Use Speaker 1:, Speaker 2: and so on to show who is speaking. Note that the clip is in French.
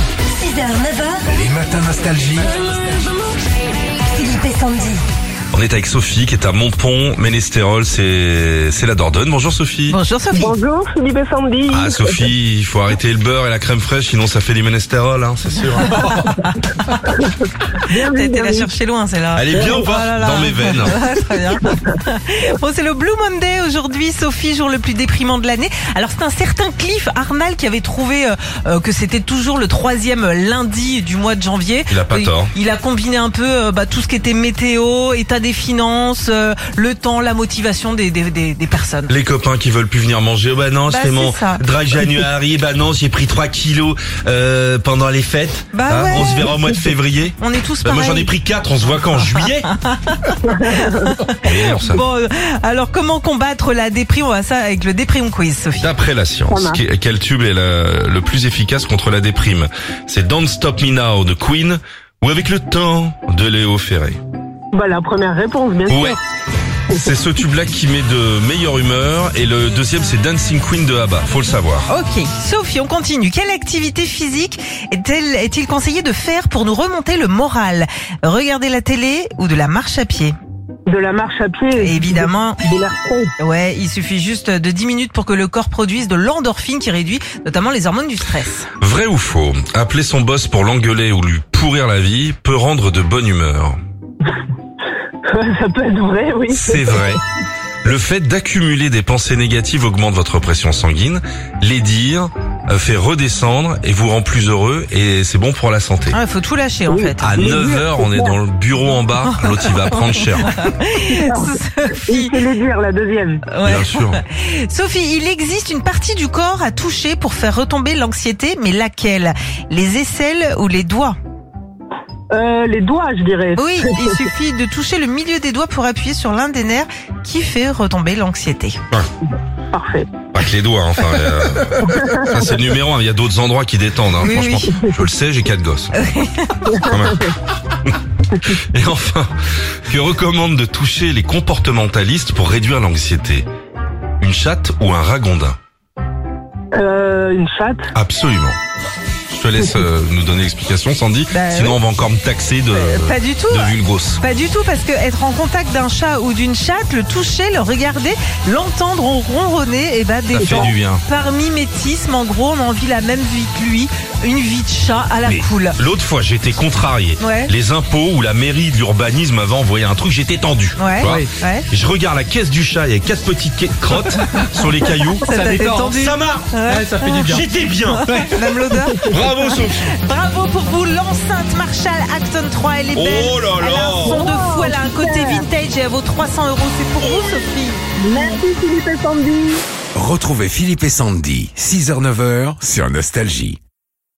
Speaker 1: 6h, 9h,
Speaker 2: Les matins nostalgie.
Speaker 1: Philippe et Sandy.
Speaker 3: On est avec Sophie qui est à Montpont, Ménestérol, c'est c'est la Dordogne. Bonjour Sophie.
Speaker 4: Bonjour Sophie.
Speaker 5: Bonjour Philippe et Sandy.
Speaker 3: Ah Sophie, il faut arrêter le beurre et la crème fraîche, sinon ça fait du ménestérol, hein, c'est sûr.
Speaker 4: T'as été la chercher loin, celle-là.
Speaker 3: Elle est bien ou pas
Speaker 4: Oh là là.
Speaker 3: Dans mes veines.
Speaker 4: Ouais, très bien. Bon, c'est le Blue Monday aujourd'hui, Sophie, jour le plus déprimant de l'année. Alors, c'est un certain Cliff Arnal qui avait trouvé euh, euh, que c'était toujours le troisième lundi du mois de janvier.
Speaker 3: Il a pas tort.
Speaker 4: Il, a combiné un peu euh, bah, tout ce qui était météo, état des finances, euh, le temps, la motivation des, des, des, des personnes.
Speaker 3: Les copains qui veulent plus venir manger, oh bah non,
Speaker 4: Bah,
Speaker 3: c'est
Speaker 4: c'est
Speaker 3: mon
Speaker 4: ça.
Speaker 3: dry January, bah non, j'ai pris 3 kilos euh, pendant les fêtes. Hein,
Speaker 4: Bah ouais.
Speaker 3: On se verra au mois de février.
Speaker 4: On est tous
Speaker 3: Bah, moi
Speaker 4: pareils.
Speaker 3: j'en ai pris 4, on se voit qu'en juillet. Meilleur, ça.
Speaker 4: Bon, euh, alors comment combattre la déprime On va ça avec le déprime quiz, Sophie.
Speaker 3: D'après la
Speaker 5: Ça
Speaker 3: science,
Speaker 5: marche.
Speaker 3: que- quel tube est la- le plus efficace contre la déprime C'est Don't Stop Me Now de Queen ou Avec le temps de Léo Ferré
Speaker 5: Bah la première réponse bien
Speaker 3: Ouais.
Speaker 5: sûr.
Speaker 3: C'est ce tube-là qui met de meilleure humeur et le deuxième c'est Dancing Queen de ABBA, faut le savoir.
Speaker 4: Ok, Sophie, on continue. Quelle activité physique est-elle- est-il conseillé de faire pour nous remonter le moral Regarder la télé ou de la marche à pied
Speaker 5: De la marche à pied.
Speaker 4: Évidemment.
Speaker 5: De la retraite.
Speaker 4: Ouais, il suffit juste de 10 minutes pour que le corps produise de l'endorphine qui réduit notamment les hormones du stress.
Speaker 3: Vrai ou faux Appeler son boss pour l'engueuler ou lui pourrir la vie peut rendre de bonne humeur.
Speaker 5: Ça peut être vrai, oui.
Speaker 3: C'est vrai. Le fait d'accumuler des pensées négatives augmente votre pression sanguine, les dire euh, fait redescendre et vous rend plus heureux et c'est bon pour la santé.
Speaker 4: Ah, Il faut tout lâcher en fait.
Speaker 3: À 9h, on est dans le bureau en bas, l'autre il va prendre cher, hein.
Speaker 5: Il
Speaker 4: Sophie,
Speaker 5: faut le dire, la deuxième.
Speaker 4: ouais.
Speaker 3: bien sûr.
Speaker 4: Sophie, il existe une partie du corps à toucher pour faire retomber l'anxiété, mais laquelle Les aisselles ou les doigts
Speaker 5: Euh, les doigts, je dirais.
Speaker 3: Oh.
Speaker 4: Oui, il suffit de toucher le milieu des doigts pour appuyer sur l'un des nerfs qui fait retomber l'anxiété.
Speaker 5: Parfait.
Speaker 3: Pas que les doigts, hein, enfin. euh, Ça c'est le numéro 1, il y a d'autres endroits qui détendent, hein,
Speaker 4: Oui,
Speaker 3: franchement. Je le sais, j'ai quatre gosses. Quand même. Et enfin, que recommande de toucher les comportementalistes pour réduire l'anxiété Une chatte ou un ragondin
Speaker 5: Euh, une chatte.
Speaker 3: Absolument. Je te laisse euh, nous donner l'explication, Sandy.
Speaker 4: Bah,
Speaker 3: Sinon, on va encore me taxer de,
Speaker 4: Pas du tout.
Speaker 3: de vulgos.
Speaker 4: Pas du tout, parce que être en contact d'un chat ou d'une chatte, le toucher, le regarder, l'entendre ronronner, et bah des
Speaker 3: Ça fait
Speaker 4: gens.
Speaker 3: du bien.
Speaker 4: Par mimétisme, en gros, on a envie la même vie que lui, une vie de chat à la
Speaker 3: Mais
Speaker 4: cool.
Speaker 3: L'autre fois, j'étais contrarié.
Speaker 4: Ouais.
Speaker 3: Les impôts ou la mairie de l'urbanisme m'avaient envoyé un truc, j'étais tendu.
Speaker 4: Ouais,
Speaker 3: Tu vois
Speaker 4: ouais.
Speaker 3: Je regarde la caisse du chat, il y a quatre petites ca- crottes sur les cailloux.
Speaker 4: Ça t'a détend. détendu.
Speaker 3: Ça marche
Speaker 4: Ouais,
Speaker 6: ça fait du bien.
Speaker 3: J'étais bien
Speaker 4: Même l'odeur.
Speaker 3: Bravo Sophie
Speaker 4: Bravo pour vous, l'enceinte Marshall Acton 3, elle est
Speaker 3: Oh
Speaker 4: belle.
Speaker 3: là là.
Speaker 4: Elle a un son de fou, elle a un côté vintage et elle vaut 300 euros. C'est pour
Speaker 3: Oh.
Speaker 4: vous, Sophie.
Speaker 5: Merci Philippe et Sandy.
Speaker 2: Retrouvez Philippe et Sandy, 6h-9h sur Nostalgie.